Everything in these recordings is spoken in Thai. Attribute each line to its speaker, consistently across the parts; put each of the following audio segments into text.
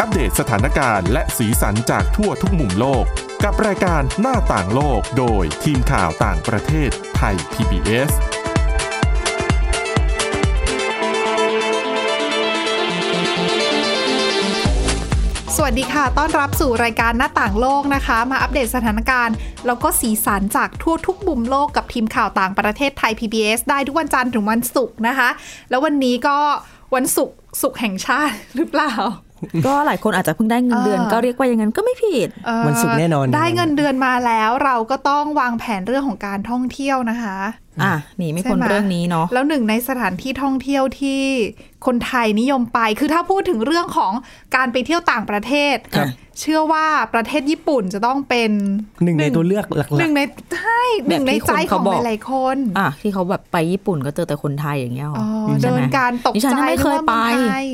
Speaker 1: อัปเดตสถานการณ์และสีสันจากทั่วทุกมุมโลก กับรายการหน้าต่างโลกโดยทีมข่าวต่างประเทศไทย PBS
Speaker 2: สวัสดีค่ะ ต้อนรับสู่รายการหน้าต่างโลกนะคะ มาอัปเดตสถานการณ์ แล้วก็สีสันจากทั่วทุกมุมโลกกับทีมข่าวต่างประเทศไทย PBS ได้ทุกวันจันทร์ถึงวันศุกร์นะคะ แล้ววันนี้ก็วันศุกร์ศุกร์แห่งชาติหรือเปล่า
Speaker 3: ก็หลายคนอาจจะเพิ่งได้เงินเดือน
Speaker 2: เออ
Speaker 3: ก็เรียกว่าอย่างนั้นก็ไม่ผิด
Speaker 2: เอ่อ
Speaker 4: วันศุกร์แน่นอน
Speaker 2: ได้เงินเดือนมาแล้วเราก็ต้องวางแผนเรื่องของการท่องเที่ยวนะคะ
Speaker 3: อ่ะหนีไม่
Speaker 2: ใช่
Speaker 3: พ้น
Speaker 2: ห
Speaker 3: เรื่องนี้เนาะ
Speaker 2: แล้วหนึ่งในสถานที่ท่องเที่ยวที่คนไทยนิยมไป คือถ้าพูดถึงเรื่องของการไปเที่ยวต่างประเทศ
Speaker 4: ครับ
Speaker 2: เชื่อว่าประเทศญี่ปุ่นจะต้องเป็น
Speaker 4: หนึ่งในตัวเลือกหลัก
Speaker 2: หนึ่งในใช่หนึ่งในใจของหลายๆคน
Speaker 3: อ่ะที่เขาแบบไปญี่ปุ่นก็เจอแต่คนไทยอย่างเงี้ยหรอ
Speaker 2: อ๋อ
Speaker 3: อใช่
Speaker 2: เดิ
Speaker 3: ไหม
Speaker 2: นการตก
Speaker 3: ดิฉัน
Speaker 2: ใจ
Speaker 3: น่ะไม่เคยไป
Speaker 2: นึกว่ามืองทย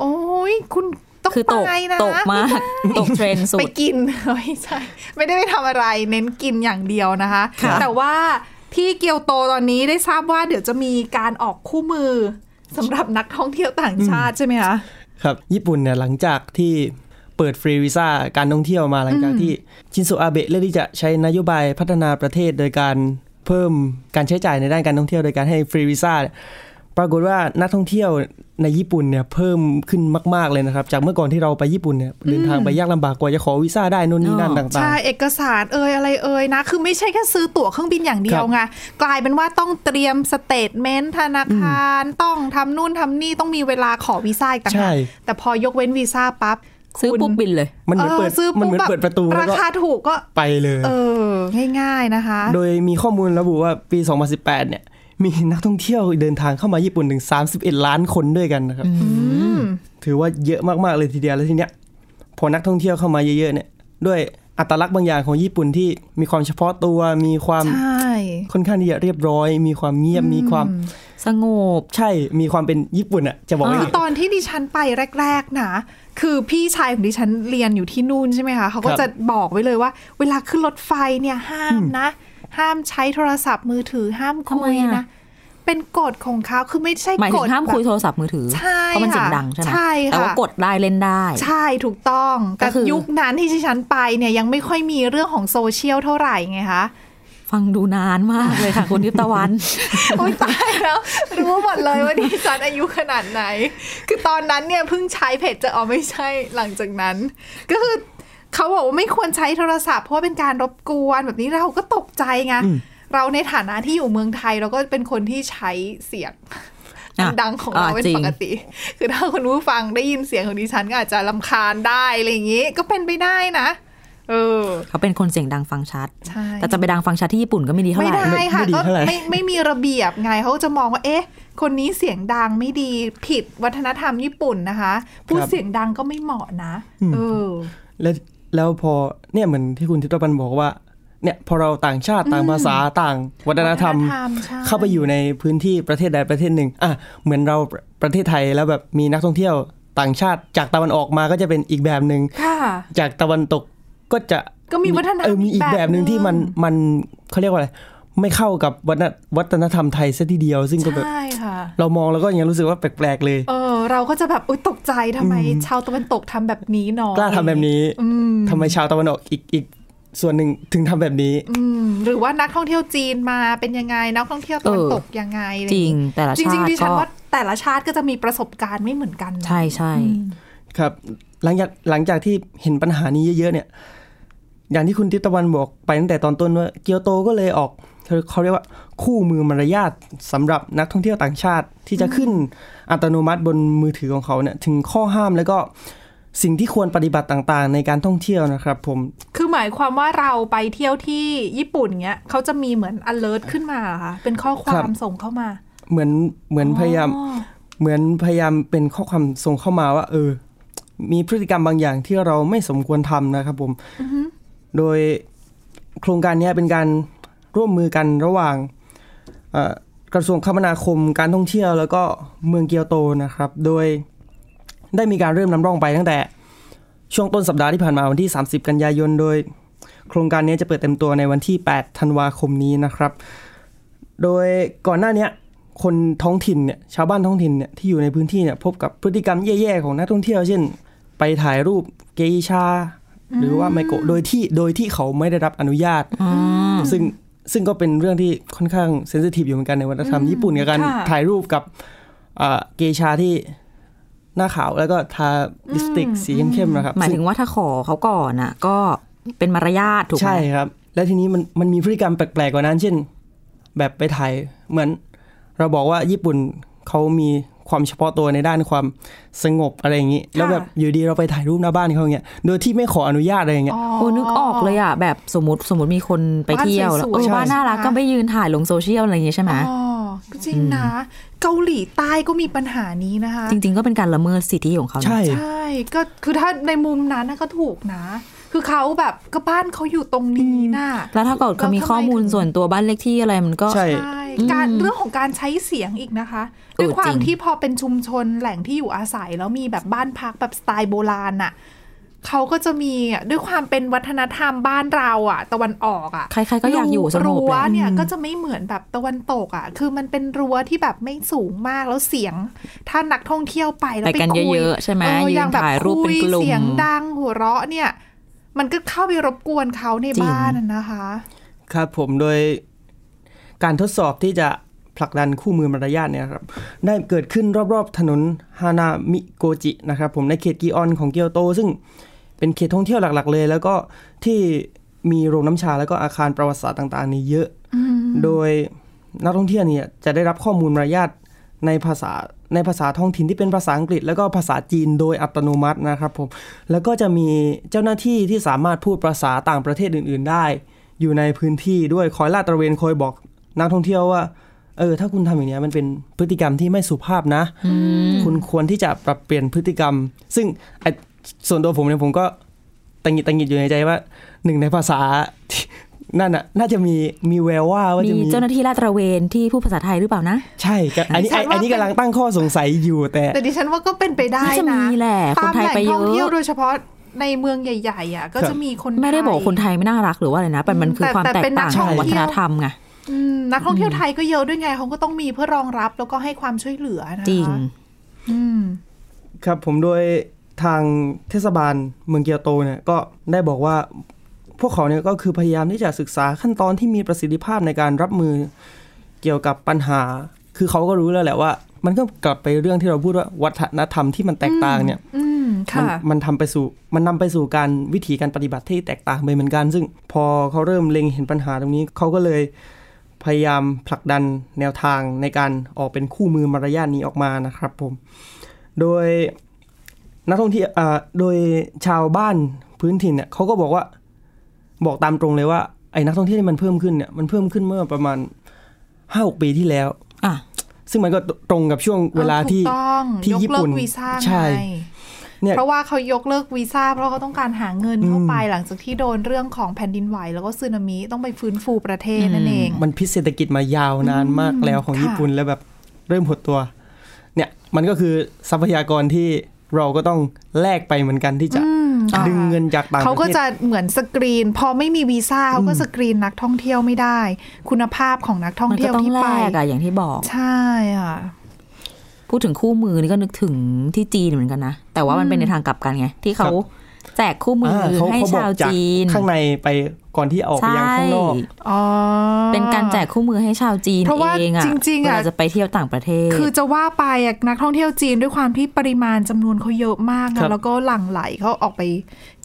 Speaker 2: โอ้ยคุณต้อง
Speaker 3: คือตก
Speaker 2: ไปนะ
Speaker 3: ตกมากตกเทรนด์สุ
Speaker 2: ไป
Speaker 3: ด
Speaker 2: กิน ไม่ใช่ ไม่ได้ไปทำอะไร เน้นกินอย่างเดียวนะคะ
Speaker 3: ค่ะ
Speaker 2: แต่ว่าที่เกียวโตตอนนี้ได้ทราบว่าเดี๋ยวจะมีการออกคู่มือสำหรับนักท่องเที่ยวต่างชาติใช่ไหมคะ
Speaker 4: ๆครับ ญี่ปุ่นเนี่ยหลังจากที่เปิดฟรีวีซ่าการท่องเที่ยวมาหลังจากที่ชินโซอาเบะเลือกที่จะใช้นโยบายพัฒนาประเทศโดยการเพิ่มการใช้จ่ายในด้านการท่องเที่ยวโดยการให้ฟรีวีซ่าปรากฏว่านักท่องเที่ยวในญี่ปุ่นเนี่ยเพิ่มขึ้นมาก ๆเลยนะครับ จากเมื่อก่อนที่เราไปญี่ปุ่นเนี่ยเดินทางไปยากลำบากกว่าจะขอวีซ่าได้นู่นนี่นั่น
Speaker 3: อ๋อ
Speaker 4: ต่างๆ
Speaker 2: ใช่เอกสารเอ่ยอะไรเอ่ยนะ คือไม่ใช่แค่ซื้อตั๋วเครื่องบินอย่างเดียวไงกลายเป็นว่าต้องเตรียมสเตทเมนต์ธนาคารต้องทำนู่นทำนี่ต้องมีเวลาขอวีซ่าอีกต่างหา
Speaker 4: ใช่
Speaker 2: กแต่พอยกเว้นวีซ่าปั๊บ
Speaker 3: ซื้อ
Speaker 2: คุณ
Speaker 3: ปุ๊บบินเลย
Speaker 4: มันเหมือนเปิด
Speaker 2: ซื้อ
Speaker 4: มัน
Speaker 2: ปุ๊บ
Speaker 4: เหมือน
Speaker 2: แบบ
Speaker 4: เปิดประตูแล้ว
Speaker 2: รา
Speaker 4: ก็
Speaker 2: คาถูกก็
Speaker 4: ไปเลย
Speaker 2: เออ ง่ายๆนะคะ
Speaker 4: โดยมีข้อมูลระบุว่าปี 2018 เนี่ย มีนักท่องเที่ยวเดินทางเข้ามาญี่ปุ่นถึง 31 ล้านคนด้วยกันนะครับ ถือว่าเยอะมาก ๆ เลยทีเดียวแล้วทีเนี้ยพอนักท่องเที่ยวเข้ามาเยอะ ๆ เนี่ย ด้วยอัตลักษณ์บางอย่างของญี่ปุ่นที่มีความเฉพาะตัวมีความ
Speaker 2: ใช่
Speaker 4: ค่อนข้างที่จะเรียบร้อย มีความเงียบมีความ
Speaker 3: สงบ
Speaker 4: ใช่มีความเป็นญี่ปุ่นอะจะบอกว่า
Speaker 3: อ่า
Speaker 4: อ
Speaker 2: คื
Speaker 4: ย่า
Speaker 2: อง ต
Speaker 4: นี้
Speaker 2: อนที่ดิฉันไปแรก ๆ นะ คือพี่ชายของดิฉันเรียนอยู่ที่นู่นใช่ไหมคะ เขาก็
Speaker 4: ครับ
Speaker 2: จะบอกไว้เลยว่า เวลาขึ้นรถไฟเนี่ยห้ามนะ ห้ามใช้โทรศัพท์มือถือห้ามคุย
Speaker 3: ทำไม
Speaker 2: นะ
Speaker 3: อะ
Speaker 2: เป็นกฎของเขาคือไม่ใช่
Speaker 3: หมาย
Speaker 2: ก
Speaker 3: ถึ
Speaker 2: ฎ
Speaker 3: งห้ามคุย
Speaker 2: แบบ
Speaker 3: โทรศัพท์มือถือ
Speaker 2: ใช่
Speaker 3: เพราะมันเสียงดังใช่ไหม
Speaker 2: ใช่ค่ะ
Speaker 3: แต่ว่ากดได้เล่นได้
Speaker 2: ใช่ถูกต้อง แต่
Speaker 3: ก็คือ
Speaker 2: ยุคนั้นที่ดิฉันไปเนี่ยยังไม่ค่อยมีเรื่องของโซเชียลเท่าไหร่ไงคะ
Speaker 3: ฟังดูนานมากเลยค่ะ คุณทิพย์ตะวัน
Speaker 2: โอ๊ยตายแล้ว รู้หมดเลยว่าดิฉันอายุขนาดไหน คือตอนนั้นเนี่ยเพิ่งใช้เพจจะเอาไม่ใช่หลังจากนั้น ก็คือเขาบอกว่าไม่ควรใช้โทรศัพท์เพราะว่าเป็นการรบกวนแบบนี้เราก็ตกใจไงเราในฐานะที่อยู่เมืองไทยเราก็เป็นคนที่ใช้เสียง
Speaker 3: อ่ะ
Speaker 2: ดังของเรา
Speaker 3: อ่ะ
Speaker 2: เป็น
Speaker 3: จริง
Speaker 2: ปกติ คือถ้าคุณผู้ฟังได้ยินเสียงของดิฉันก็อาจจะลำคาญได้อะไรอย่างนี้ ก็เป็นไปได้นะ เออ
Speaker 3: เขาเป็นคนเสียงดังฟังชัด
Speaker 2: ใช่
Speaker 3: แต่จะไปดังฟังชัดที่ญี่ปุ่นก็ไม่ดีเท่า
Speaker 2: ไม่
Speaker 3: ไหร่
Speaker 2: ได้ค่ะ
Speaker 4: ไม่ดี
Speaker 2: ก็
Speaker 4: เท่าไหร่
Speaker 2: ไม่ไม่มีระเบียบไงเขาจะมองว่า เอ๊ะ คนนี้เสียงดังไม่ดีผิดวัฒนธรรมญี่ปุ่นนะคะพูดเสียงดังก็ไม่เหมาะนะ เออ
Speaker 4: แล้วแล้วพอเนี่ยเหมือนที่คุณทิพย์ตะวันบอกว่าเนี่ยพอเราต่างชาติต่างภาษาต่างวัฒนธรรม
Speaker 2: วัฒนธรรมใช่
Speaker 4: เข้าไปอยู่ในพื้นที่ประเทศใดประเทศหนึ่งอ่ะเหมือนเราประประเทศไทยแล้วแบบมีนักท่องเที่ยวต่างชาติจากตะวันออกมาก็จะเป็นอีกแบบหนึ่ง
Speaker 2: ค่ะ
Speaker 4: จากตะวันตกก็จะ
Speaker 2: ก็มีวัฒนธรรม
Speaker 4: เออมีอีกแบบหนึ่ง
Speaker 2: อีกแบบหนึ่ง
Speaker 4: ที่มันมันเขาเรียกว่าอะไรไม่เข้ากับวัฒนวัฒนธรรมไทยซะทีเดียว ซึ่งก็แบบ
Speaker 2: ใช่ค่ะ
Speaker 4: เรามองแล้วก็ยังรู้สึกว่าแปลกๆเลย
Speaker 2: เออ เราก็จะแบบอุ๊ยตกใจทำไม ชาวตะวันตกทำแบบนี้เนาะ
Speaker 4: กล้าทำแบบนี้ทำไมชาวตะวันออกอีกอีกส่วนหนึ่งถึงทำแบบนี้
Speaker 2: อืมหรือว่านักท่องเที่ยวจีนมาเป็นยังไง นักท่องเที่ยวตะวัน
Speaker 3: เออ
Speaker 2: ตกยังไงอะไอ
Speaker 3: จริ
Speaker 2: ย่าง เย
Speaker 3: แต่ละ
Speaker 2: จ
Speaker 3: ชา
Speaker 2: ริง
Speaker 3: ติ
Speaker 2: ๆดิฉัน
Speaker 3: ก็
Speaker 2: ว่าแต่ละชาติก็จะมีประสบการณ์ไม่เหมือนกันนะ
Speaker 3: ใช่ใช่
Speaker 4: ครับหลังจากหลังจากที่เห็นปัญหานี้เยอะๆเนี่ย อย่างที่คุณทิพย์ตะวันบอกไปตั้งแต่ตอนต้นว่าเกียวโตก็เลยออกเขาเรียกว่าคู่มือมารยาทสำหรับนักท่องเที่ยวต่างชาติที่จะขึ้นอัตโนมัติบนมือถือของเขาเนี่ยถึงข้อห้ามแล้วก็สิ่งที่ควรปฏิบัติต่างๆ ในการท่องเที่ยวนะครับ ผม
Speaker 2: คือหมายความว่าเราไปเที่ยวที่ญี่ปุ่นเนี้ยเขาจะมีเหมือน alert ขึ้นมาเหรอค่ะเป็นข้อความส่งเข้ามา
Speaker 4: เหมือนเหมือนพยายาม
Speaker 2: อ๋อ
Speaker 4: เหมือนพยายามเป็นข้อความส่งเข้ามาว่า เออ มีพฤติกรรมบางอย่างที่เราไม่สมควรทำนะครับผมโดยโครงการเนี้ยเป็นการร่วมมือกันระหว่างเอ่อกระทรวงคมนาคมการท่องเที่ยว แล้วก็เมืองเกียวโตนะครับ โดยได้มีการเริ่มนำร่องไปตั้งแต่ ช่วงต้นสัปดาห์ที่ผ่านมาวันที่ 30 กันยายน โดย โครงการเนี้ยจะเปิดเต็มตัวในวันที่ 8 ธันวาคมนี้นะครับ โดยก่อนหน้าเนี้ยคนท้องถิ่นเนี่ยชาวบ้านท้องถิ่นเนี่ยที่อยู่ในพื้นที่เนี่ยพบกับพฤติกรรมแย่ๆของนักท่องเที่ยว เช่น ไปถ่ายรูปเกอิชา หรือว่าไมโกะโดยที่โดยที่เขาไม่ได้รับอนุญาต ซึ่งซึ่งก็เป็นเรื่องที่ค่อนข้างเซนซิทีฟอยู่เหมือนกันในวัฒนธรรมญี่ปุ่นกับการ
Speaker 2: ค่ะ
Speaker 4: ถ่ายรูปกับอ่าเกอิชาที่หน้าขาวแล้วก็ทาลิปสติกสีเข้มๆนะครับ
Speaker 3: หมาย
Speaker 4: ซึ่
Speaker 3: ถึงว่าถ้าขอเขาก่อนอ่ะ ก็เป็นมารยาทถูกไหม
Speaker 4: ใช่ครับ และทีนี้มันมันมีพฤติกรรมแปลกๆกว่านั้น เช่น แบบไปถ่ายเหมือน เราบอกว่าญี่ปุ่นเขามีความเฉพาะตัวในด้านความสงบอะไรอย่างนี้ แล้วแบบอยู่ดีเราไปถ่ายรูปหน้าบ้านเขาอย่างเงี้ยโดยที่ไม่ขออนุญาตอะไรอย่างเงี้ย
Speaker 2: อ๋อ
Speaker 3: โอ้นึกออกเลยอ่ะแบบสมมติสมมติมีคนไปเที่ยวแล้ว
Speaker 2: บ้านสวยๆ
Speaker 3: เออบ้าน
Speaker 2: ใช่
Speaker 3: น่ารักก็ไปยืนถ่ายลงโซเชียลอะไรอย่างเงี้ยใช่ไหม
Speaker 2: อ๋อจริงนะ เกาหลีใต้ก็มีปัญหานี้นะคะ
Speaker 3: จริง ๆ ก็เป็นการละเมิดสิทธิของเขานะ
Speaker 4: ใช่
Speaker 2: ใช่ก็คือถ้าในมุมนั้นน่ะก็ถูกนะ คือเขาแบบก็บ้านเขาอยู่ตรงนี้น่ะ
Speaker 3: แล้วถ้าเกิดเขามี
Speaker 2: แล้วทำไม
Speaker 3: ข้อมูล
Speaker 2: ถึง
Speaker 3: ส่วนตัวบ้านเลขที่อะไรมันก็
Speaker 4: ใช่
Speaker 2: ใช่การเรื่องของการใช้เสียงอีกนะคะ
Speaker 3: เออ
Speaker 2: ด้วยควา
Speaker 3: จริ
Speaker 2: ม
Speaker 3: ง
Speaker 2: ที่พอเป็นชุมชนแหล่งที่อยู่อาศัย แล้วมีแบบบ้านพักแบบสไตล์โบราณน่ะเขาก็จะมีอ่ะด้วยความเป็นวัฒนธรรมบ้านเราอ่ะ ตะวันออกอ่ะ
Speaker 3: ใครๆก็อยากอยู่สงบ
Speaker 2: รั้ว
Speaker 3: แหละ
Speaker 2: เนี่ยก็จะไม่เหมือนแบบตะวันตกอ่ะ คือมันเป็นรั้วที่แบบไม่สูงมากแล้วเสียง ถ้านักท่องเที่ยวไปแล้ว
Speaker 3: ไป
Speaker 2: ไป
Speaker 3: กัน
Speaker 2: คุ
Speaker 3: เยอะๆใช่ไหม
Speaker 2: เออ
Speaker 3: ยื
Speaker 2: อน งแบบ
Speaker 3: ถ่ายรูปเป็น
Speaker 2: คุ
Speaker 3: กลุ่ม
Speaker 2: เสียงดังหัวเราะเนี่ย มันก็เข้าไปรบกวนเขาใน
Speaker 3: จริง
Speaker 2: บ้านน่ะนะคะ
Speaker 4: ครับผมโดยการทดสอบที่จะผลักดันคู่มือมารยาทเนี่ยนะครับได้เกิดขึ้นรอบๆถนนฮานามิโกจินะครับผมในเขตกีออนของเกียวโต ซึ่งเป็นเขตท่องเที่ยวหลักๆเลย แล้วก็ที่มีโรงน้ำชาแล้วก็อาคารประวัติศาสตร์ต่างๆนี่เยอะ โดยนักท่องเที่ยวเนี่ยจะได้รับข้อมูลมารยาทในภาษาในภาษาท้องถิ่นที่เป็นภาษาอังกฤษ แล้วก็ภาษาจีนโดยอัตโนมัตินะครับผมแล้วก็จะมีเจ้าหน้าที่ที่สามารถพูดภาษาต่างประเทศอื่น ๆ ได้ อยู่ในพื้นที่ด้วยคอยลาดตระเวนคอยบอกนักท่องเที่ยวว่า เออ ถ้าคุณทำอย่างเนี้ยมันเป็นพฤติกรรมที่ไม่สุภาพนะ คุณควรที่จะปรับเปลี่ยนพฤติกรรม ซึ่งไอ้ส่วนตัวผมเนี่ยผมก็ตังหงิดตังหงิดอยู่ในใจว่าหนึ่งในภาษาที่นั่นน่ะน่าจะมีมีแววว่าว่าจะ
Speaker 3: มี
Speaker 4: มี
Speaker 3: เจ้าหน้าที่ลาดตระเวนที่พูดภาษาไทยหรือเปล่านะ
Speaker 4: ใช่ก็อันนี้
Speaker 2: ฉันว่า
Speaker 4: อันนี้
Speaker 2: เป็น
Speaker 4: กำลังตั้งข้อสงสัยอยู่แต่
Speaker 2: แต่ดิฉันว่าก็เป็นไปได้
Speaker 3: น่าจะ
Speaker 2: นะ
Speaker 3: มีแหละ
Speaker 2: ตาม
Speaker 3: คนไทยไปเยอะ
Speaker 2: แหล่งท่องเที่ยวโดยเฉพาะในเมืองใหญ่ ๆ อ่ะ ก็
Speaker 4: ครับ
Speaker 2: จะมีคน
Speaker 3: ไม่ได้บอกว่าคน
Speaker 2: ทย
Speaker 3: ไทยไม่น่ารักหรือว่าอะไรนะแต่มันคือ
Speaker 2: แต่
Speaker 3: ความ
Speaker 2: แต่
Speaker 3: แตก
Speaker 2: เป็นนัก
Speaker 3: ต่าง
Speaker 2: ท่
Speaker 3: ข
Speaker 2: อ
Speaker 3: อง งวัฒ
Speaker 2: เที่
Speaker 3: น
Speaker 2: ยว
Speaker 3: ธรรมไง
Speaker 2: อืมนักท่องเที่ยวไทยก็เยอะด้วยไงเขาก็ต้องมีเพื่อรองรับแล้วก็ให้ความช่วยเหลือนะคะ
Speaker 3: จริง
Speaker 2: อืม
Speaker 4: ครับผมโดยทางเทศบาลเมืองเกียวโตเนี่ยก็ได้บอกว่าพวกเขาเนี่ยก็คือพยายามที่จะศึกษาขั้นตอนที่มีประสิทธิภาพในการรับมือเกี่ยวกับปัญหา คือเขาก็รู้แล้วแหละว่า มันก็กลับไปเรื่องที่เราพูดว่าวัฒนธรรมที่มันแตกต่างเนี่ย
Speaker 2: อืม
Speaker 4: มัน
Speaker 2: ค่ะ
Speaker 4: มันทำไปสู่มันนำไปสู่การวิธีการปฏิบัติที่แตกต่างไปเหมือนกัน ซึ่งพอเขาเริ่มเล็งเห็นปัญหาตรงนี้เขาก็เลยพยายามผลักดันแนวทางในการออกเป็นคู่มือมารยาทนี้ออกมานะครับผม โดยนักท่องเที่ยวอ่าโดยชาวบ้านพื้นถิ่นเนี่ยเขาก็บอกว่าบอกตามตรงเลยว่าไอ้นักท่องเที่ยวที่มันเพิ่มขึ้นเนี่ยมันเพิ่มขึ้นเมื่อประมาณห้าหกปีที่แล้ว
Speaker 3: อ่ะ
Speaker 4: ซึ่งมันก็ตรงกับช่วงเวลาที่
Speaker 2: ออถูกต้อง
Speaker 4: ที่
Speaker 2: ยก
Speaker 4: ญี่ปุ่
Speaker 2: เลิ
Speaker 4: น
Speaker 2: กวีซ่า
Speaker 4: ใช่
Speaker 2: ไง
Speaker 4: เนี่ย
Speaker 2: เพราะว่าเขายกเลิกวีซ่าเพราะเขาต้องการหาเงินเข้า
Speaker 4: อืม
Speaker 2: ไปหลังจากที่โดนเรื่องของแผ่นดินไหว แล้วก็สึนามิต้องไปฟื้นฟูประเทศนั่นเอง
Speaker 4: มันพิษเศรษฐกิจมายาวนานมากแล้วของ
Speaker 2: ค่ะ
Speaker 4: ญี่ปุ่นแล้วแบบเริ่มหดตัว เนี่ยมันก็คือทรัพยากรที่เราก็ต้องแลกไปเหมือนกันที่จะดึงเงินจากต่างประเทศ
Speaker 2: เขาก็จะเหมือนสกรีน พอไม่มีวีซ่าเขาก็สกรีนนักท่องเที่ยวไม่ได้ คุณภาพของนักท่อง
Speaker 3: มัน
Speaker 2: เที่ย
Speaker 3: ก็
Speaker 2: ว
Speaker 3: ต้อง
Speaker 2: ที่
Speaker 3: แล
Speaker 2: ไป
Speaker 3: กอะอย่างที่บอก
Speaker 2: ใช่อ่ะ
Speaker 3: พูดถึงคู่มือนี่ก็นึกถึงที่จีนเหมือนกันนะ แต่ว่ามันเป็นในทางกลับกันไง ที่เขา
Speaker 4: ครับ
Speaker 3: แจกคู่มือ
Speaker 4: เข
Speaker 3: ให้
Speaker 4: เขบอก
Speaker 3: ชาวจีน
Speaker 4: จากข้างในไปก่อนที่ออกไปยังข้างนอก
Speaker 2: อ๋อ
Speaker 3: เป็นการแจกคู่มือให้ชาวจีน
Speaker 2: เพราะว่า
Speaker 3: เองอะ
Speaker 2: จริงๆอะ
Speaker 3: เวลาจะไปเที่ยวต่างประเทศ
Speaker 2: คือจะว่าไปอะนักท่องเที่ยวจีนด้วยความที่ปริมาณจำนวนเขาเยอะมาก
Speaker 4: ครั
Speaker 2: นะ
Speaker 4: บ
Speaker 2: แล้วก็หลั่งไหลเขาออกไป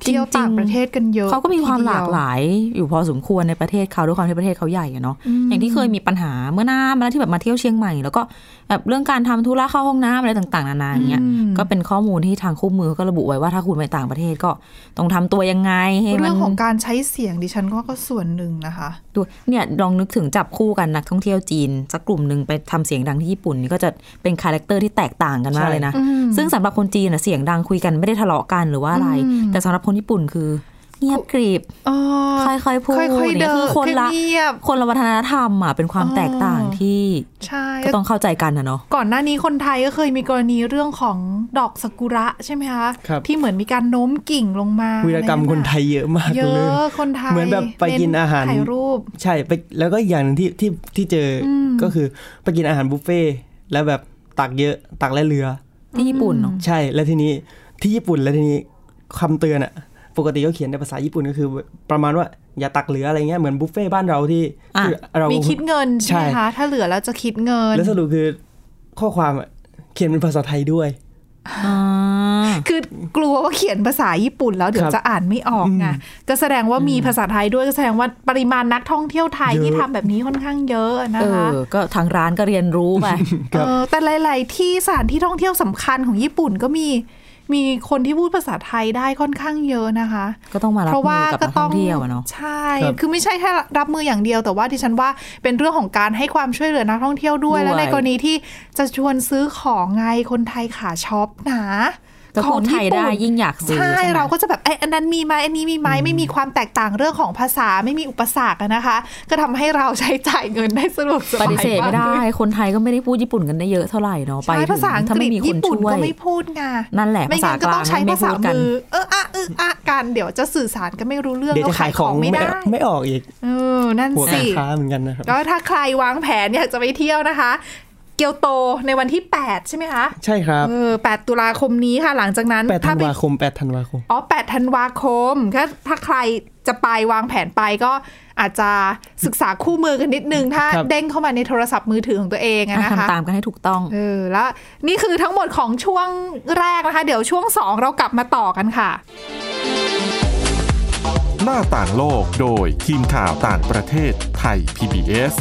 Speaker 2: เที่ยว
Speaker 3: จริงๆ
Speaker 2: ต่างประเทศกันเยอะ
Speaker 3: เขาก็มีความหลากห
Speaker 2: ทีเดี
Speaker 3: ลายอยู่พอสมควรในประเทศเขาด้วยความที่ประเทศเขาใหญ่อะเนาะอย่างที่เคยมีปัญหาเมื่อนานมาแล้วที่แบบมาเที่ยวเชียงใหม่ แล้วก็แบบเรื่องการทำธุระเข้าห้องน้ำอะไรต่างๆนานาอย่างเงี้ย
Speaker 2: อืม
Speaker 3: ก็เป็นข้อมูลที่ทางคู่มือเขาก็ระบุไว้ว่าถ้าคุณไปต่างประเทศก็ต้องทำตัวยังไงให้
Speaker 2: ยว
Speaker 3: มั
Speaker 2: เรื่อน งของการใช้เสียงดิฉันว่าก็ส่วนหนึ่งนะคะ
Speaker 3: ดูเนี่ยลองนึกถึงจับคู่กันนักท่องเที่ยวจีนสักกลุ่มหนึ่งไปทำเสียงดังที่ญี่ปุ่นนี่ก็จะเป็นคาแรคเตอร์ที่แตกต่างกันมากเลยนะ
Speaker 2: อืม
Speaker 3: ซึ่งสำหรับคนจีนน่ะเสียงดังคุยกันไม่ได้ทะเลาะกันหรือว่าอะไร
Speaker 2: อืม
Speaker 3: แต่สำหรับคนญี่ปุ่นคือเงียบกริบ
Speaker 2: เออ
Speaker 3: ค่อยๆพูด
Speaker 2: ค่อยๆเดิ
Speaker 3: คื
Speaker 2: น
Speaker 3: คนละ
Speaker 2: เงียบ
Speaker 3: คนละวัฒนธรรมอ่ะเป็นความ
Speaker 2: อ๋อ
Speaker 3: แตกต่างที่
Speaker 2: ใช่
Speaker 3: ก็ต้องเข้าใจกันนะเนาะ
Speaker 2: ก่อนหน้านี้คนไทยก็เคยมีกรณีเรื่องของดอกซากุระใช่ไหมคะ
Speaker 4: ครับ
Speaker 2: ที่เหมือนมีการโน้มกิ่งลงมา
Speaker 4: วีรกรรมคนไทยเยอะมาก
Speaker 2: เย
Speaker 4: เล
Speaker 2: อย ะคนไทย
Speaker 4: เหมือนแบบไปกินอาหาร
Speaker 2: เถ่ายรูป
Speaker 4: ใช่ไปแล้วก็อีกอย่างหนึงที่ที่ที่เจออก็คือไปกินอาหารบุฟเฟ่ต์แล้วแบบตักเยอะตักและเรือ
Speaker 3: ที่ญี่ปุ่นเนาะ
Speaker 4: ใช่แล้วทีนี้ ที่ญี่ปุ่นแล้วทีนี้คำเตือนอะปกติเขาเขียนในภาษาญี่ปุ่นก็คือ ประมาณว่าอย่าตักเหลืออะไรเงี้ยเหมือนบุฟเฟ่บ้านเราที่
Speaker 3: อ่ะ
Speaker 4: ที่เรา
Speaker 2: มีคิดเงินใช่ไหม
Speaker 4: ใช่
Speaker 2: คะ ถ้าเหลือแล้วจะคิดเงิน
Speaker 4: แล้วสรุปคือข้อความอะเขียนเป็นภาษาไทยด้วย
Speaker 3: อ่า
Speaker 2: คือกลัวว่าเขียนภาษาญี่ปุ่นแล้วเดี๋ย
Speaker 4: คว รับ
Speaker 2: จะอ่านไม่ออกไงก็แสดงว่ามีภาษาไทยด้วยก็แสดงว่าปริมาณนักท่องเที่ยวไทย
Speaker 4: เยอะ
Speaker 2: ที่ทำแบบนี้ค่อนข้างเยอะนะ
Speaker 3: เอ
Speaker 2: คะ
Speaker 3: อ ก็ทางร้านก็เรียนรู้ไป
Speaker 4: ครับ
Speaker 2: เออแต่หลาย ๆ ที่สถานที่ท่องเที่ยวสำคัญของญี่ปุ่นก็มีมีคนที่พูดภาษาไทยได้ค่อนข้างเยอะนะคะ
Speaker 3: ก็ต้องมารับ
Speaker 2: เพราะ
Speaker 3: มื
Speaker 2: ว่า
Speaker 3: อ
Speaker 2: ก็
Speaker 3: กับนัก
Speaker 2: ต้
Speaker 3: ท่
Speaker 2: อ
Speaker 3: อง งเที่ยวอะเนาะ
Speaker 2: ใช่
Speaker 4: ครับ
Speaker 2: คือไม่ใช่แค่รับมืออย่างเดียว แต่ว่าดิฉันว่าเป็นเรื่องของการให้ความช่วยเหลือนักท่องเที่ยวด้วย
Speaker 3: ด้วย
Speaker 2: และในกรณีที่จะชวนซื้อของไงคนไทยขาช็อปนะ
Speaker 3: แต่คนไทยได้ยิ่งอยากซื้อ
Speaker 2: ใช่
Speaker 3: ใช่ไหม
Speaker 2: เราก็จะแบบไอ้ยอันนั้นมีไหมอันนี้มีไหมไม่มีความแตกต่างเรื่องของภาษาไม่มีอุปสรรคอะนะคะ ก็ทำให้เราใช้จ่ายเงินได้สะดวกสบาย
Speaker 3: ปฏิเสธไม่
Speaker 2: าก
Speaker 3: ได้
Speaker 2: ขึ้น
Speaker 3: คนไทยก็ไม่ได้พูดญี่ปุ่นกันได้เยอะเท่าไหร่เนาะ ไป
Speaker 2: ใช่ภาษาอัง
Speaker 3: ถ้าก
Speaker 2: ฤ
Speaker 3: ไม่
Speaker 2: ษ
Speaker 3: มีคน
Speaker 2: ญี่ปุ่น
Speaker 3: ช่วย
Speaker 2: ก็ไม่พูดไง
Speaker 3: นั่นแหละ
Speaker 2: ไม่
Speaker 3: ภาษา
Speaker 2: งั้นก็
Speaker 3: ก
Speaker 2: ต้อ
Speaker 3: ลาง ง
Speaker 2: ใช้
Speaker 3: ไม่
Speaker 2: ภา
Speaker 3: พู
Speaker 2: ษา
Speaker 3: ดกัน
Speaker 2: มือเอออะเอออะกันเดี๋ยวจะสื่อสารกันไม่รู้เรื่อง
Speaker 4: เดี๋ยวจะ
Speaker 2: แล้ว
Speaker 4: ขายของ
Speaker 2: ไม่
Speaker 4: ไม่
Speaker 2: ได้
Speaker 4: ไม่ออกอีก
Speaker 2: เออ นั่น
Speaker 4: หัว
Speaker 2: สิ
Speaker 4: การค้าเหมือนกันนะครับ
Speaker 2: ก็ถ้าใครวางแผนอยากจะไปเที่ยวนะคะ เกียวโตในวันที่ 8 ใช่ไหมคะ
Speaker 4: ใช่ครับ
Speaker 2: เออ 8 ตุลาคมนี้ค่ะ หลังจากนั้น
Speaker 4: แปดธัน
Speaker 2: ไป
Speaker 4: วาคมแปดธันวาคม
Speaker 2: อ๋อ 8 ธันวาคมถ้าถ้าใครจะไปวางแผนไปก็อาจจะศึกษาคู่มือกันนิดนึง ถ้า
Speaker 4: ครับ
Speaker 2: เด้งเข้ามาในโทรศัพท์มือถือของตัวเองอะนะคะ
Speaker 3: ทำตามกันให้ถูกต้อง
Speaker 2: เออ แล้วนี่คือทั้งหมดของช่วงแรกนะคะ เดี๋ยวช่วง 2 เรากลับมาต่อกันค่ะ
Speaker 1: หน้าต่างโลกโดยทีมข่าวต่างประเทศไทย PBS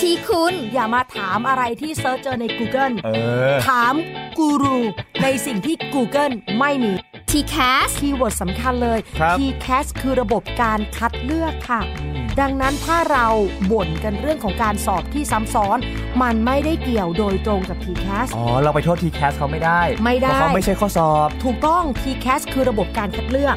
Speaker 5: ที่คุณอย่ามาถามอะไรที่เซิร์ชเจอใน Google ถามกูรูในสิ่งที่ Google ไม่มี
Speaker 6: t c a s ส
Speaker 5: คีย์เวิร์ดสำคัญเลย
Speaker 4: ครับ
Speaker 5: t c a s คือระบบการคัดเลือกค่ะ ดังนั้นถ้าเราบ่นกันเรื่องของการสอบที่ซ้ำซ้อน มันไม่ได้เกี่ยวโดยตรงกับ t c a s
Speaker 7: อ๋อ เราไปโทษทีแคสเขาไม่ได้
Speaker 5: ไม่ได้
Speaker 7: เพราะเขาไม่ใช่ข้อสอบ
Speaker 5: ถูกต้อง t c a s คือระบบการคัดเลือก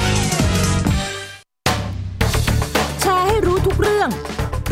Speaker 5: แชร์ให้รู้ทุกเรื่อง เ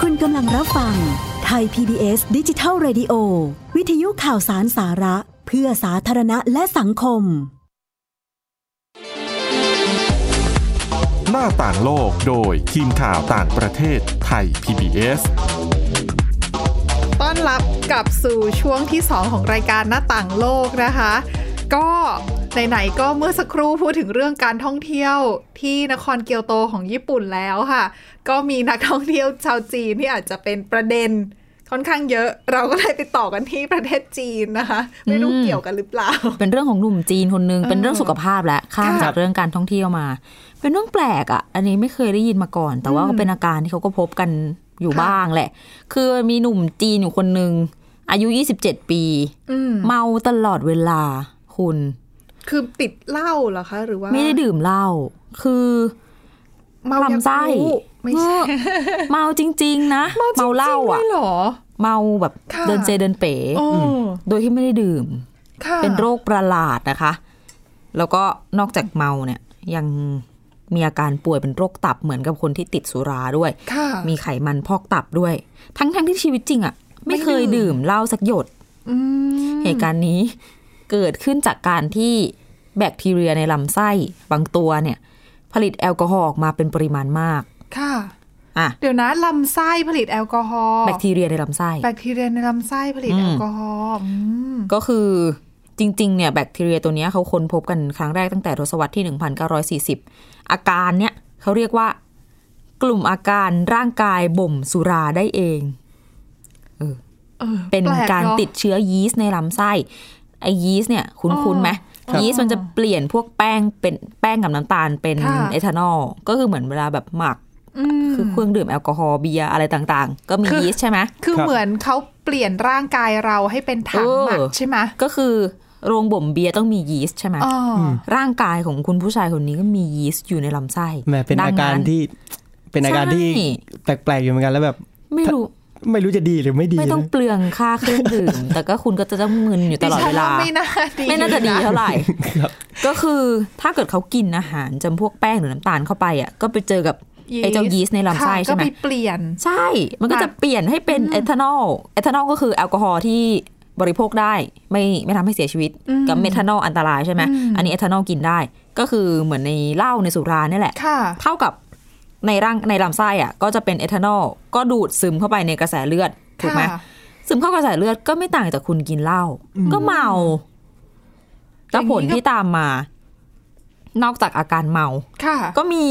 Speaker 8: คุณกำลังรับฟังไทย PBS ดิจิทัล Radio วิทยุข่าวสารสาระ เพื่อสาธารณะและสังคม
Speaker 1: หน้าต่างโลกโดยทีมข่าวต่างประเทศไทย PBS
Speaker 2: ต้อนรับกลับสู่ช่วงที่ 2 ของรายการหน้าต่างโลกนะคะ ก็ไหนๆก็เมื่อสักครู่พูดถึงเรื่องการท่องเที่ยวที่นครเกียวโตของญี่ปุ่นแล้วค่ะ ก็มีนักท่องเที่ยวชาวจีนที่อาจจะเป็นประเด็นค่อนข้างเยอะ เราก็เลยไปต่อกันที่ประเทศจีนนะคะ ไม่รู้
Speaker 3: อืม
Speaker 2: เกี่ยวกันหรือเปล่า
Speaker 3: เป็นเรื่องของหนุ่มจีนคนนึง เป็นเรื่องสุขภาพและข้าม
Speaker 2: ค่ะ
Speaker 3: จากเรื่องการท่องเที่ยวมา เป็นเรื่องแปลกอ่ะ อันนี้ไม่เคยได้ยินมาก่อน แต่ว่า
Speaker 2: อืม
Speaker 3: ก็เป็นอาการที่เขาก็พบกันอยู่
Speaker 2: ค่ะ
Speaker 3: บ้างแหละ คือมีหนุ่มจีนอยู่คนนึง อายุ 27 ปี
Speaker 2: อืม
Speaker 3: เมาตลอดเวลาคุณ
Speaker 2: คือติดเหล้าเหรอคะ หรือว่า
Speaker 3: ไม่ได้ดื่มเหล้า คือ
Speaker 2: เมายัง
Speaker 3: ลำไส้
Speaker 2: รู้ไม่ใช่
Speaker 3: เมาจริง ๆ นะ เมาเหล้า
Speaker 2: จริงๆ
Speaker 3: อ่ะ
Speaker 2: ด้วยเหรอ
Speaker 3: เมาแบบ
Speaker 2: ค่ะ
Speaker 3: เดินเจเดินเป๋
Speaker 2: โอ้
Speaker 3: โดยที่ไม่ได้ดื่ม
Speaker 2: ค่ะ
Speaker 3: เป็นโรคประหลาดนะคะ แล้วก็นอกจากเมาเนี่ยยังมีอาการป่วยเป็นโรคตับเหมือนกับคนที่ติดสุราด้วย
Speaker 2: ค่ะ
Speaker 3: มีไขมันพอกตับด้วย ทั้งทั้งๆที่ชีวิตจริงอะ่ะ ไม่เคย
Speaker 2: ไม่ดื่
Speaker 3: ดื่
Speaker 2: ม
Speaker 3: มเหล้าสักหยด
Speaker 2: อืม
Speaker 3: เหตุการณ์นี้เกิดขึ้นจากการที่แบคทีเรียในลำไส้บางตัวเนี่ย ผลิตแอลกอฮอล์ออกมาเป็นปริมาณมาก
Speaker 2: ค่ะ
Speaker 3: อ่ะ
Speaker 2: เดี๋ยวนะลำไส้ผลิตแอลกอฮอล์
Speaker 3: แบคทีเรียในลำไส้
Speaker 2: แบคทีเรียในลำไส้ผลิต
Speaker 3: อืม
Speaker 2: แอลกอฮอล์อืม
Speaker 3: ก็คือจริง ๆ เนี่ยแบคทีเรียตัวเนี้ยเขาค้นพบกันครั้งแรกตั้งแต่ทศวรรษที่ 1940 อาการเนี่ยเขาเรียกว่ากลุ่มอาการร่างกายบ่มสุราได้เอง เออ
Speaker 2: ออ
Speaker 3: เป็น
Speaker 2: แล
Speaker 3: การ
Speaker 2: อะ
Speaker 3: ติดเชื้อยีสต์ในลำไส้ไอยีสต์เนี่ยคุ้นคุ้นๆไหม
Speaker 2: อ๋อ
Speaker 3: ยีสต์มันจะเปลี่ยนพวกแป้งเป็นแป้งกับน้ำตาลเป็น
Speaker 2: ค่ะ
Speaker 3: เอทานอลก็คือเหมือนเวลาแบบหมัก
Speaker 2: อืม
Speaker 3: คือเครื่องดื่มแอลกอฮอล์เบียร์อะไรต่างๆ ก็มี
Speaker 2: คือ
Speaker 3: ยีสต์ใช่ไหม
Speaker 2: คือ
Speaker 4: ครับ
Speaker 2: เหมือนเขาเปลี่ยนร่างกายเราให้เป็นถัง
Speaker 3: เออ
Speaker 2: หมักใช่ไหม
Speaker 3: ก็คือโรงบ่มเบียร์ต้องมียีสต์ใช่ไหม
Speaker 2: อ๋ออ
Speaker 3: ร่างกายของคุณผู้ชายคนนี้ก็มียีสต์อยู่ในลำไส้
Speaker 4: แหมเป็น
Speaker 3: ดั
Speaker 4: อาง การ
Speaker 3: นั้น
Speaker 4: ที่เป็นอาการที่
Speaker 3: ใช่
Speaker 4: แปลกๆอยู่เหมือนกันแล้วแบบ
Speaker 3: ไม่รู้
Speaker 4: ไม่รู้จะดีหรือไม่ดี
Speaker 3: ไม่ต้อง
Speaker 4: นะ
Speaker 3: เปลืองค่าเครื่องดื่ ม แต่ก็คุณก็จะต้องมึนอยู่ตลอดเวลา
Speaker 2: ดิฉันไม่น่าดี
Speaker 3: ไม่น่าจะดีเท่าไหร่
Speaker 4: ครับ
Speaker 3: ก็คือถ้าเกิดเขากินอาหารจำพวกแป้งหรือน้ำตาลเข้าไปอ่ะก็ไปเจอกับไอ้เจ้ายีสต์ในลำไส้
Speaker 2: ค่ะ
Speaker 3: ใช่ไหม
Speaker 2: ก็ไปเปลี่ยน
Speaker 3: ใช่ มันก็จะเปลี่ยนให้เป็นเอทานอลเอทานอลก็คือแอลกอฮอล์ที่บริโภคได้ไม่ไม่ทำให้เสียชีวิต
Speaker 2: อืม
Speaker 3: กับเมทานอลอันตรายใช่ไหม
Speaker 2: อืม
Speaker 3: อันนี้เอทานอลกินได้ ก็คือเหมือนในเหล้าในสุราเนี่ยแหละ
Speaker 2: ค่ะ
Speaker 3: เท่ากับในร่างในลำไส้อ่ะก็จะเป็นเอทานอลก็ดูดซึมเข้าไปในกระแสเลือดถูกไหม
Speaker 2: ค่ะ
Speaker 3: ซึมเข้ากระแสเลือดก็ไม่ต่างจากคุณกินเหล้าก็เมาแล้วผลที่ตามมา นอกจากอาการเมา
Speaker 2: ค่ะ
Speaker 3: ก็มี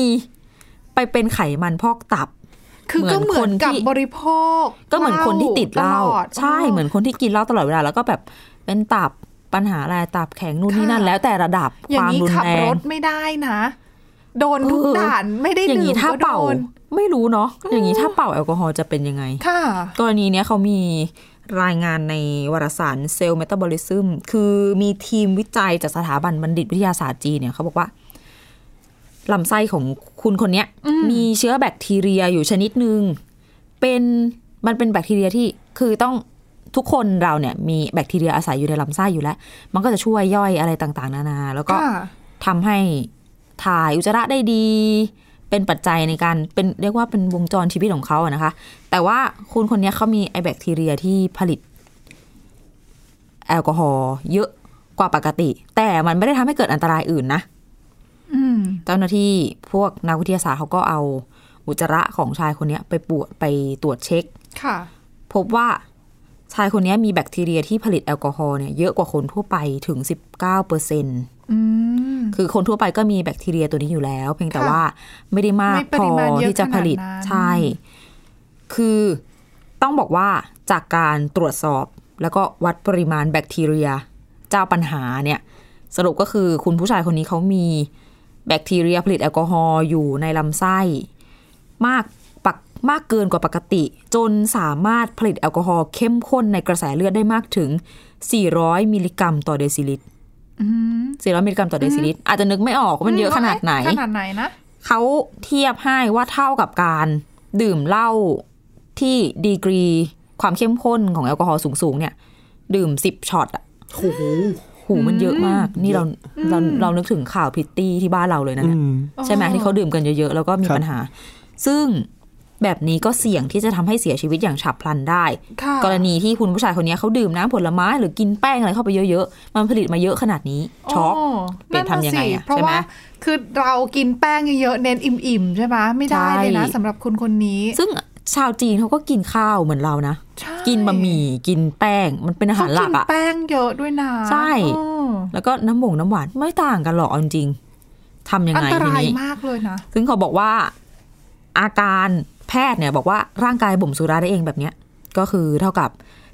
Speaker 3: ไปเป็นไขมันพอกตับ
Speaker 2: คือก็
Speaker 3: เห
Speaker 2: เห
Speaker 3: มื
Speaker 2: มื
Speaker 3: อ
Speaker 2: อน น
Speaker 3: คนที่
Speaker 2: กับบริโภค
Speaker 3: ก็เหมือนคนที่ติดเหล้า
Speaker 2: ตอด
Speaker 3: ใช่เหมือนคนที่กินเหล้าตลอดเวลา แล้วก็แบบเป็นตับปัญหาอะไรตับแข็งนู่นนี่นั่น
Speaker 2: ค่ะ
Speaker 3: แล้วแต่ระดับ
Speaker 2: อ
Speaker 3: ค
Speaker 2: ย่าง
Speaker 3: วาม
Speaker 2: นี้
Speaker 3: รุน
Speaker 2: ขับร
Speaker 3: แร
Speaker 2: ง ถไม่ได้นะ โดนทุก
Speaker 3: เออ
Speaker 2: ด่านไม่ได้
Speaker 3: อย่าง
Speaker 2: ดื่
Speaker 3: นี้
Speaker 2: ม
Speaker 3: ถ้า
Speaker 2: ก็โด
Speaker 3: เป่าน ไม่รู้เนาะอย่างนี้ถ้าเป่าแอลกอฮอล์จะเป็นยังไง
Speaker 2: ค่ะ
Speaker 3: กรณีเนี้ยเขามีรายงานในวารสารเซลล์เมตาบอลิซึมคือมีทีมวิจัยจากสถาบันบัณฑิตวิทยาศาสตร์จีนเนี่ยเขาบอกว่าลำไส้ของคุณคนเนี้ย มีเชื้อแบคทีเรียอยู่ชนิดหนึ่งเป็นมันเป็นแบคทีเรียที่คือต้องทุกคนเราเนี่ย มีแบคทีเรียอาศัยอยู่ในลำไส้อยู่แล้ว มันก็จะช่วยย่อยอะไรต่างๆ นานา แล้วก็
Speaker 2: ค่ะ
Speaker 3: ทำให้ถ่ายอุจจาระได้ดี เป็นปัจจัยในการเป็นเรียกว่าเป็นวงจรชีวิตของเขาอะนะคะ แต่ว่าคุณคนเนี้ยเขามีไอแบคทีเรียที่ผลิต แอลกอฮอล์เยอะกว่าปกติ แต่มันไม่ได้ทำให้เกิดอันตรายอื่นนะ
Speaker 2: อืม
Speaker 3: เจ้าหน้าที่พวกนักวิทยาศาสตร์เขาก็เอาอุจจาระของชายคนเนี้ยไปปวดไปตรวจเช็ค
Speaker 2: ค่ะ
Speaker 3: พบว่าชายคนเนี้ยมีแบคทีเรียที่ผลิตแอลกอฮอล์เนี่ยเยอะกว่าคนทั่วไปถึง 19เปอร์เซ็นต์
Speaker 2: อืม
Speaker 3: คือคนทั่วไปก็มีแบคทีเรียตัวนี้อยู่แล้ว เพียงแต่
Speaker 2: ค่ะ
Speaker 3: ว่าไม่ได้มาก
Speaker 2: ไม่ป
Speaker 3: พ
Speaker 2: ริ
Speaker 3: อ
Speaker 2: มาณเยอะ
Speaker 3: ที่จะผลิต
Speaker 2: ขนาดนั้น
Speaker 3: ใช่ คือต้องบอกว่าจากการตรวจสอบแล้วก็วัดปริมาณแบคทีเรีย เจ้าปัญหาเนี่ย สรุปก็คือคุณผู้ชายคนนี้เขามีแบคทีเรียผลิตแอลกอฮอล์อยู่ในลำไส้ มากปักมากเกินกว่าปกติ จนสามารถผลิตแอลกอฮอล์เข้มข้นในกระแสเลือดได้มากถึง 400 มิลลิกรัมต่อเดซิลิตร
Speaker 2: อืม
Speaker 3: 400มิลลิกรัมต่อเดซิลิตรอาจจะนึกไม่ออกว่ามันเยอะขนาดไหน
Speaker 2: ขนาดไหนนะ
Speaker 3: เขาเทียบให้ว่าเท่ากับการดื่มเหล้าที่ดีกรีความเข้มข้นของแอลกอฮอล์สูงๆเนี่ย ดื่ม 10ช็อตอะ
Speaker 4: โอ้โห
Speaker 3: หูมันเยอะมาก นี่เราเราเรานึกถึงข่าวพริตตี้ที่บ้านเราเลยนะ
Speaker 4: อื
Speaker 3: เนี่ย
Speaker 4: ม
Speaker 3: ใช่ไหมที่เขาดื่มกันเยอะๆ แล้วก็มี
Speaker 4: ครับ
Speaker 3: ปัญหา ซึ่งแบบนี้ก็เสี่ยงที่จะทำให้เสียชีวิตอย่างฉับพลันได้
Speaker 2: ค่ะ
Speaker 3: กรณีที่คุณผู้ชายคนนี้เขาดื่มน้ำผลไม้หรือกินแป้งอะไรเข้าไปเยอะๆ มันผลิตมาเยอะขนาดนี้ช็อก
Speaker 2: โ
Speaker 3: เปลี่ยนทำยังไง
Speaker 2: นั่นน่
Speaker 3: อะ
Speaker 2: สิเพราะ
Speaker 3: ใช่ไหม
Speaker 2: ว่าคือเรากินแป้งเยอะๆเน้นอิ่มๆ ใช่ไหมไม่ได้เลยนะ
Speaker 3: ใช่
Speaker 2: สำหรับคนคนนี้
Speaker 3: ซึ่งชาวจีนเขาก็กินข้าวเหมือนเรานะ
Speaker 2: ใช่
Speaker 3: กินบะหมี่กินแป้งมันเป็นอาหา
Speaker 2: เขา
Speaker 3: รหลั
Speaker 2: กิ
Speaker 3: ก
Speaker 2: น
Speaker 3: อะ
Speaker 2: แป้งเยอะด้วยนะ
Speaker 3: ใช่
Speaker 2: อืม
Speaker 3: แล้วก็น้ำหมงน้ำหวานไม่ต่างกันหรอกเอาจริงๆทำยัง
Speaker 2: อัน
Speaker 3: ไง
Speaker 2: ต
Speaker 3: ที
Speaker 2: ราย
Speaker 3: นี้
Speaker 2: มากเลยนะ
Speaker 3: ซึ่งเขาบอกว่าอาการแพทย์เนี่ยบอกว่าร่างกายบ่มสุราได้เองแบบเนี้ย ก็คือเท่ากับ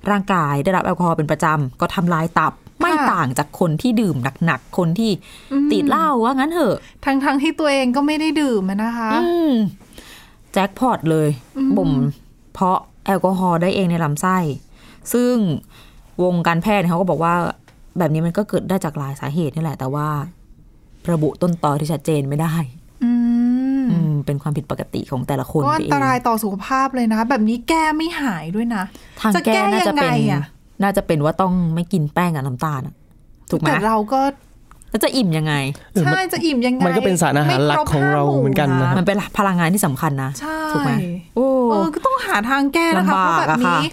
Speaker 3: ร่างกายได้รับแอลกอฮอล์เป็นประจำก็ทำลายตับ ไม่ต่างจากคนที่ดื่มหนักๆคนที่
Speaker 2: อืม
Speaker 3: ติดเหล้าว่างั้นเถอะ
Speaker 2: ทั้งๆที่ตัวเองก็ไม่ได้ดื่มอะนะคะ
Speaker 3: อืมแจ็คพอตเลย บ่มเพาะแอลกอฮอล์ได้เองในลำไส้ ซึ่งวงการแพทย์เขาก็บอกว่า แบบนี้มันก็เกิดได้จากหลายสาเหตุนี่แหละ แต่ว่า ระบุต้นตอที่ชัดเจนไม่ได้
Speaker 2: อืม
Speaker 3: อืมเป็นความผิดปกติของแต่ละคน
Speaker 2: ก็อั
Speaker 3: ไป
Speaker 2: น
Speaker 3: เอง
Speaker 2: ตรายต่อสุขภาพเลยนะ แบบนี้แก้ไม่หายด้วยนะ
Speaker 3: ทาง
Speaker 2: จะ
Speaker 3: แก้
Speaker 2: แก้
Speaker 3: น่าจะเป็น
Speaker 2: ยังไงอะ
Speaker 3: น่าจะเป็นว่าต้องไม่กินแป้งกับน้ำตาลอะถูกไหม
Speaker 2: แต่เราก็
Speaker 3: แล้วจะอิ่มยังไง
Speaker 4: เออมัน
Speaker 2: ใช่จะอิ่มยังไง
Speaker 4: มันก็เป็นสารอาหารหลักของเราเหมือนกันนะ
Speaker 3: มันเป็นพลังงานที่สำคัญนะ
Speaker 2: ใช่
Speaker 3: ถูกไหมโอ้
Speaker 2: เออก็ต้องหาทางแก้นะคะ
Speaker 3: ลำ
Speaker 2: เพ
Speaker 3: บาก
Speaker 2: ราะแบบ
Speaker 3: อะค่ะ
Speaker 2: นี้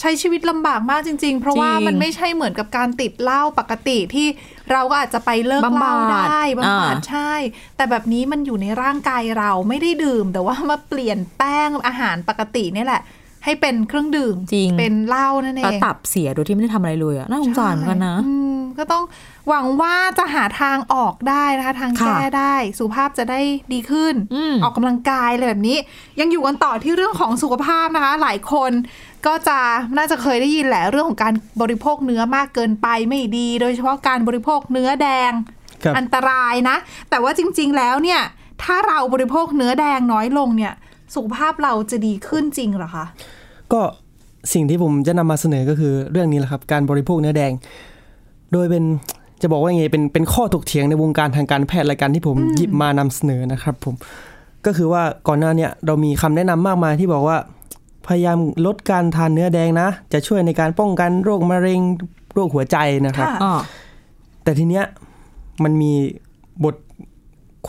Speaker 2: ใช้ชีวิตลำบากมากจริง ๆ เพราะว่า
Speaker 3: จริง
Speaker 2: มันไม่ใช่เหมือนกับการติดเหล้าปกติที่เราก็อาจจะไปเลิก
Speaker 3: บำบัด
Speaker 2: เหล้าได้บำบัด
Speaker 3: อ่า
Speaker 2: ใช่ แต่แบบนี้มันอยู่ในร่างกายเราไม่ได้ดื่ม แต่ว่า มาเปลี่ยนแป้งอาหารปกติเนี่ยแหละ ให้เป็นเครื่องดื่ม
Speaker 3: จริง
Speaker 2: เป็นเหล้านั่นเอ
Speaker 3: แล้ว
Speaker 2: ง
Speaker 3: ตับเสียโดยที่ไม่ได้ทำอะไรเลยอะน่าสงสารเหมือนกันนะ
Speaker 2: อืม ก็ต้องหวังว่าจะหาทางออกได้นะคะ ทาง
Speaker 3: ค่ะ
Speaker 2: แก้ได้สุขภาพจะได้ดีขึ้น
Speaker 3: อืม
Speaker 2: อกกำลังกายอะไรแบบนี้ ยังอยู่กันต่อที่เรื่องของสุขภาพนะคะ หลายคนก็จะน่าจะเคยได้ยินแหละเรื่องของการบริโภคเนื้อมากเกินไปไม่ดี โดยเฉพาะการบริโภคเนื้อแดง
Speaker 4: ครับ
Speaker 2: อันตรายนะ แต่ว่าจริง ๆ แล้วเนี่ย ถ้าเราบริโภคเนื้อแดงน้อยลงเนี่ย สุขภาพเราจะดีขึ้นจริงเหรอคะ
Speaker 4: ก็สิ่งที่ผมจะนำมาเสนอก็คือเรื่องนี้แหละครับ การบริโภคเนื้อแดง โดยเป็นจะบอกว่ายังไงเป็นเป็นข้อถกเถียงในวงการทางการแพทย์รายการที่ผมหยิบมานำเสนอนะครับผมก็คือว่าก่อนหน้าเนี้ยเรามีคำแนะนำมากมายที่บอกว่า พยายามลดการทานเนื้อแดงนะ จะช่วยในการป้องกันโรคมะเร็งโรคหัวใจนะครับ
Speaker 3: อ๋อ
Speaker 4: แต่ทีเนี้ยมันมีบท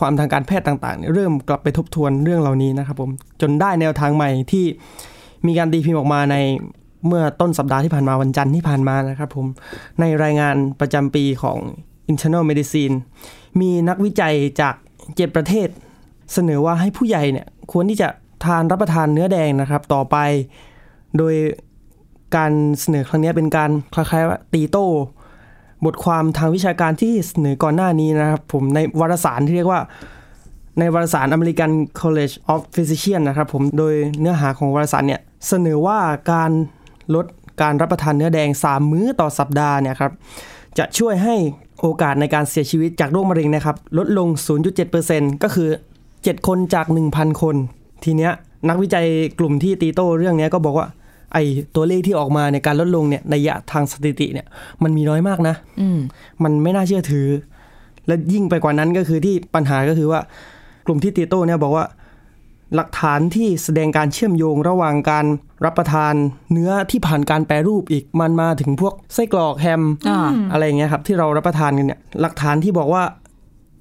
Speaker 4: ความทางการแพทย์ต่างๆเนี่ยเริ่มกลับไปทบทวนเรื่องเหล่านี้นะครับผมจนได้แนวทางใหม่ที่มีการตีพิมพ์ออกมาในเมื่อต้นสัปดาห์ที่ผ่านมาวันจันทร์ที่ผ่านมานะครับผมในรายงานประจำปีของ Internal Medicine มีนักวิจัยจากเจ็ดประเทศ เสนอว่าให้ผู้ใหญ่เนี่ยควรที่จะทานรับประทานเนื้อแดงนะครับ ต่อไป โดยการเสนอครั้งเนี้ยเป็นการคล้ายๆว่าตีโต้ บทความทางวิชาการที่เสนอก่อนหน้านี้นะครับผมในวารสารที่เรียกว่าในวารสาร American College of Physician นะครับผมโดยเนื้อหาของวารสารเนี่ยเสนอว่าการลดการรับประทานเนื้อแดง 3 มื้อต่อสัปดาห์เนี่ยครับจะช่วยให้โอกาสในการเสียชีวิตจากโรคมะเร็งนะครับลดลง 0.7%ก็คือ 7 คนจาก 1,000 คน ทีเนี้ยนักวิจัยกลุ่มที่ตีโต้เรื่องเนี้ยก็บอกว่าไอ้ตัวเลขที่ออกมาในยการลดลงเนี่ยในยะทางสถิติเนี่ยมันมีน้อยมากนะ
Speaker 3: อืม
Speaker 4: มันไม่น่าเชื่อถือ และยิ่งไปกว่านั้นก็คือที่ปัญหาก็คือว่ากลุ่มที่ตีโต้เนี่ยบอกว่า หลักฐานที่แสดงการเชื่อมโยงระหว่างการรับประทานเนื้อที่ผ่านการแปรรูปอีกมันมาถึงพวกไส้กรอกแฮม
Speaker 3: อ่า
Speaker 4: อะไรอย่างเงี้ยครับที่เรารับประทานกันเนี่ยหลักฐานที่บอกว่า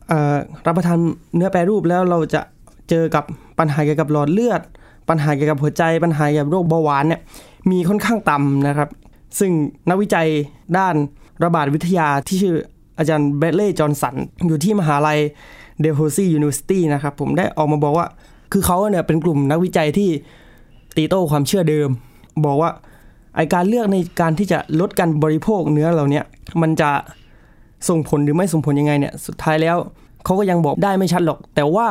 Speaker 4: เอ่อรับประทานเนื้อแปรรูปแล้วเราจะเจอกับปัญหาเกี่ยวกับหลอดเลือด ปัญหาเกี่ยวกับหัวใจ ปัญหาเกี่ยวกับโรคเบาหวานเนี่ยมีค่อนข้างต่ำนะครับ ซึ่งนักวิจัยด้านระบาดวิทยาที่ชื่ออาจารย์เบรเล่จอห์นสัน อยู่ที่มหาลัยเดลโฮซียูนิเวอร์ซิตี้นะครับผมได้ออกมาบอกว่า คือเขาเนี่ยเป็นกลุ่มนักวิจัยที่ตีโต้ความเชื่อเดิม บอกว่าไอการเลือกในการที่จะลดการบริโภคเนื้อเหล่าเนี้ยมันจะส่งผลหรือไม่ส่งผลยังไงเนี่ยสุดท้ายแล้วเขาก็ยังบอกได้ไม่ชัดหรอก แต่ว่า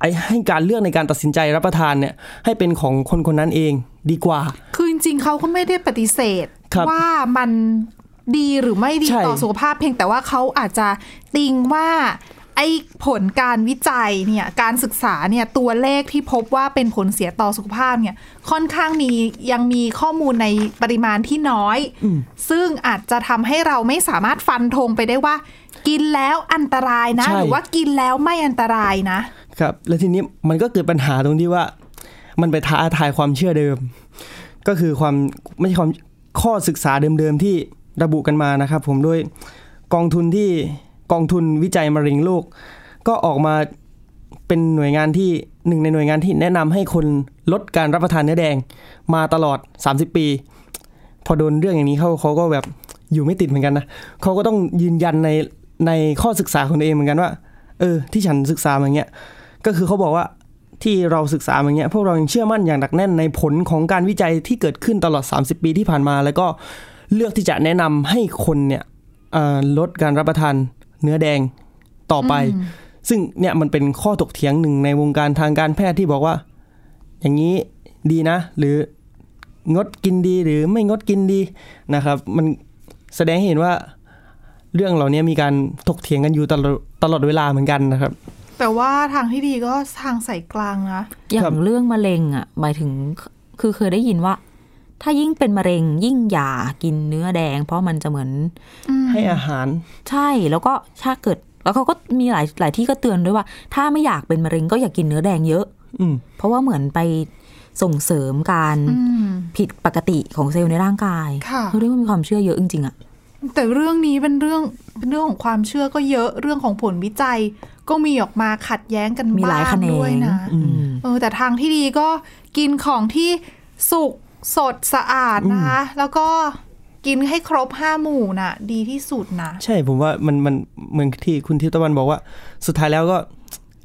Speaker 4: ไอให้การเลือกในการตัดสินใจรับประทานเนี่ยให้เป็นของคนคนนั้นเองดีกว่า
Speaker 2: คือจริงๆเขาก็ไม่ได้ปฏิเสธ
Speaker 4: ครับ
Speaker 2: ว่ามันดีหรือไม่ดี
Speaker 4: ใช่
Speaker 2: ต่อสุขภาพเพียงแต่ว่าเขาอาจจะติงว่าไอ้ผลการวิจัยเนี่ยการศึกษาเนี่ยตัวเลขที่พบว่าเป็นผลเสียต่อสุขภาพเนี่ยค่อนข้างมียังมีข้อมูลในปริมาณที่น้อย ซึ่งอาจจะทำให้เราไม่สามารถฟันธงไปได้ว่า กินแล้วอันตรายนะ
Speaker 4: ใช่
Speaker 2: หรือว่ากินแล้วไม่อันตรายนะ
Speaker 4: ครับแล้วทีนี้มันก็เกิดปัญหาตรงที่ว่า มันไปท้าทายความเชื่อเดิม ก็คือความไม่ใช่ความข้อศึกษาเดิมๆที่ระบุกันมานะครับ ผมด้วยกองทุนที่กองทุนวิจัยมะเร็งโลก ก็ออกมาเป็นหน่วยงานที่หนึ่งในหน่วยงานที่แนะนำให้คนลดการรับประทานเนื้อแดงมาตลอด 30 ปี พอโดนเรื่องอย่างนี้เขาเขาก็แบบอยู่ไม่ติดเหมือนกันนะเขาก็ต้องยืนยันในในข้อศึกษาของตัวเองเหมือนกันว่า เออ ที่ฉันศึกษามาอย่างเงี้ย ก็คือเขาบอกว่าที่เราศึกษาอย่างเงี้ยพวกเรายังเชื่อมั่นอย่างหนักแน่นในผลของการวิจัยที่เกิดขึ้นตลอด 30 ปีที่ผ่านมา แล้วก็เลือกที่จะแนะนำให้คนเนี่ยเอ่อลดการรับประทานเนื้อแดงต่อไป ซึ่งเนี่ยมันเป็นข้อถกเถียงหนึ่งในวงการทางการแพทย์ที่บอกว่า อย่างนี้ดีนะ หรืองดกินดีหรือไม่งดกินดีนะครับ มันแสดงให้เห็นว่าเรื่องเหล่านี้มีการถกเถียงกันอยู่ตลอดตลอดเวลาเหมือนกันนะครับ
Speaker 2: แต่ว่าทางที่ดีก็ทางสายกลางนะ
Speaker 3: อย่า
Speaker 4: ครั
Speaker 3: ง
Speaker 4: บ
Speaker 3: เรื่องมะเร็งอ่ะหมายถึงคือเคยได้ยินว่า ถ้ายิ่งเป็นมะเร็งยิ่งอย่ากินเนื้อแดง เพราะมันจะเหมือน
Speaker 4: ให้อาหาร
Speaker 3: ใช่แล้วก็ถ้าเกิด แล้วเขาก็มีหลายหลายที่ก็เตือนด้วยว่า ถ้าไม่อยากเป็นมะเร็งก็อย่ากกินเนื้อแดงเยอะ
Speaker 4: อืม
Speaker 3: เพราะว่าเหมือนไปส่งเสริมการ
Speaker 2: อืม
Speaker 3: ผิดปกติของเซลล์ในร่างกาย
Speaker 2: ค่ะ
Speaker 3: เขาเรียกว่ามีความเชื่อเยอะจริงๆอะ
Speaker 2: แต่เรื่องนี้เป็นเรื่องเป็นเรื่องของความเชื่อก็เยอะเรื่องของผลวิจัย ก็มีออกมาขัดแย้งกัน
Speaker 3: มีหลาย
Speaker 2: บ้ง
Speaker 3: แขน
Speaker 2: ด้วย
Speaker 3: ง
Speaker 2: นะ
Speaker 3: อืม
Speaker 2: เออแต่ทางที่ดีก็กินของที่สุกสดสะอาดนะคะ แล้วก็กินให้ครบห้าหมู่น่ะ ดีที่สุดนะ
Speaker 4: ใช่ผมว่ามันมันเหมือนที่คุณทิพย์ตะวันบอกว่า สุดท้ายแล้วก็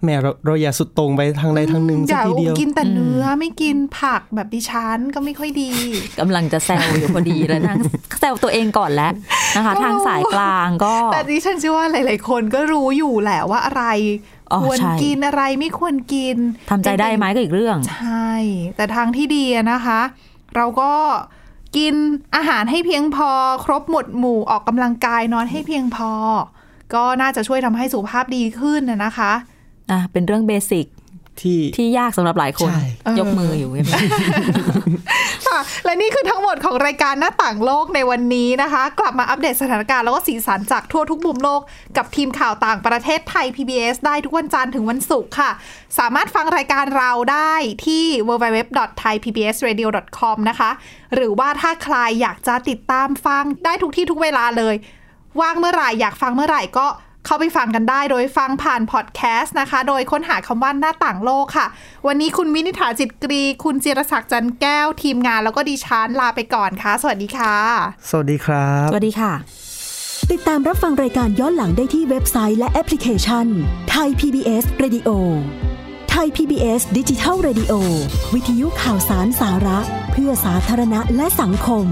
Speaker 4: แหมเราเราอย่าสุดโตรงไปทางใดทางหนึ่ง
Speaker 2: อ
Speaker 4: สัก
Speaker 2: ย่า
Speaker 4: ทีเดียว
Speaker 2: กินแต่เนื้อไม่กินผักแบบดิฉันก็ไม่ค่อยดี
Speaker 3: กำลังจะแซวอยู่พอดีแล้วนั่ง แซวตัวเองก่อนแล้ว นะคะ
Speaker 2: ก็รู้
Speaker 3: ทางสายกลางก็
Speaker 2: แต่ดิฉันเชื่อว่าหลาย ๆ คนก็รู้อยู่แหละว่าอะไร
Speaker 3: อ๋อ
Speaker 2: ควร
Speaker 3: ใช่
Speaker 2: กินอะไรไม่ควรกิน
Speaker 3: ทำใจได้ไหมก็อีกเรื่อง
Speaker 2: ใช่ แต่ทางที่ดีอะนะคะ เราก็กินอาหารให้เพียงพอ ครบหมดหมู่ออกกำลังกายนอนให้เพียงพอ ก็น่าจะช่วยทำให้สุขภาพดีขึ้นนะนะคะ
Speaker 3: อ่ะ เป็นเรื่องเบสิก
Speaker 4: ที่
Speaker 3: ที่ยากสำหรับหลายคน
Speaker 4: ใช่
Speaker 3: ยกมืออยู่ใช่ไหม
Speaker 2: ค่ะและนี่คือทั้งหมดของรายการหน้าต่างโลกในวันนี้นะคะ กลับมาอัปเดตสถานการณ์แล้วก็สีสันจากทั่วทุกมุมโลกกับทีมข่าวต่างประเทศไทย PBS ได้ทุกวันจันทร์ถึงวันศุกร์ค่ะ สามารถฟังรายการเราได้ที่ www.thaipbsradio.com นะคะ หรือว่าถ้าใครอยากจะติดตามฟังได้ทุกที่ทุกเวลาเลย ว่างเมื่อไหร่อยากฟังเมื่อไหร่ก็เข้าไปฟังกันได้โดยฟังผ่านพอดแคสต์นะคะ โดยค้นหาคำว่าหน้าต่างโลกค่ะ วันนี้คุณวินิษฐาจิตกรี คุณจิรศักดิ์จันแก้วทีมงานแล้วก็ดิฉันลาไปก่อนค่ะ สวัสดีค่ะ
Speaker 4: สวัสดีครับ
Speaker 3: สวัสดีค่ะ
Speaker 8: ติดตามรับฟังรายการย้อนหลังได้ที่เว็บไซต์และแอปพลิเคชันไทย PBS Radio ไทย PBS ดิจิทัล Radio วิทยุข่าวสารสาระ เพื่อสาธารณะและสังคม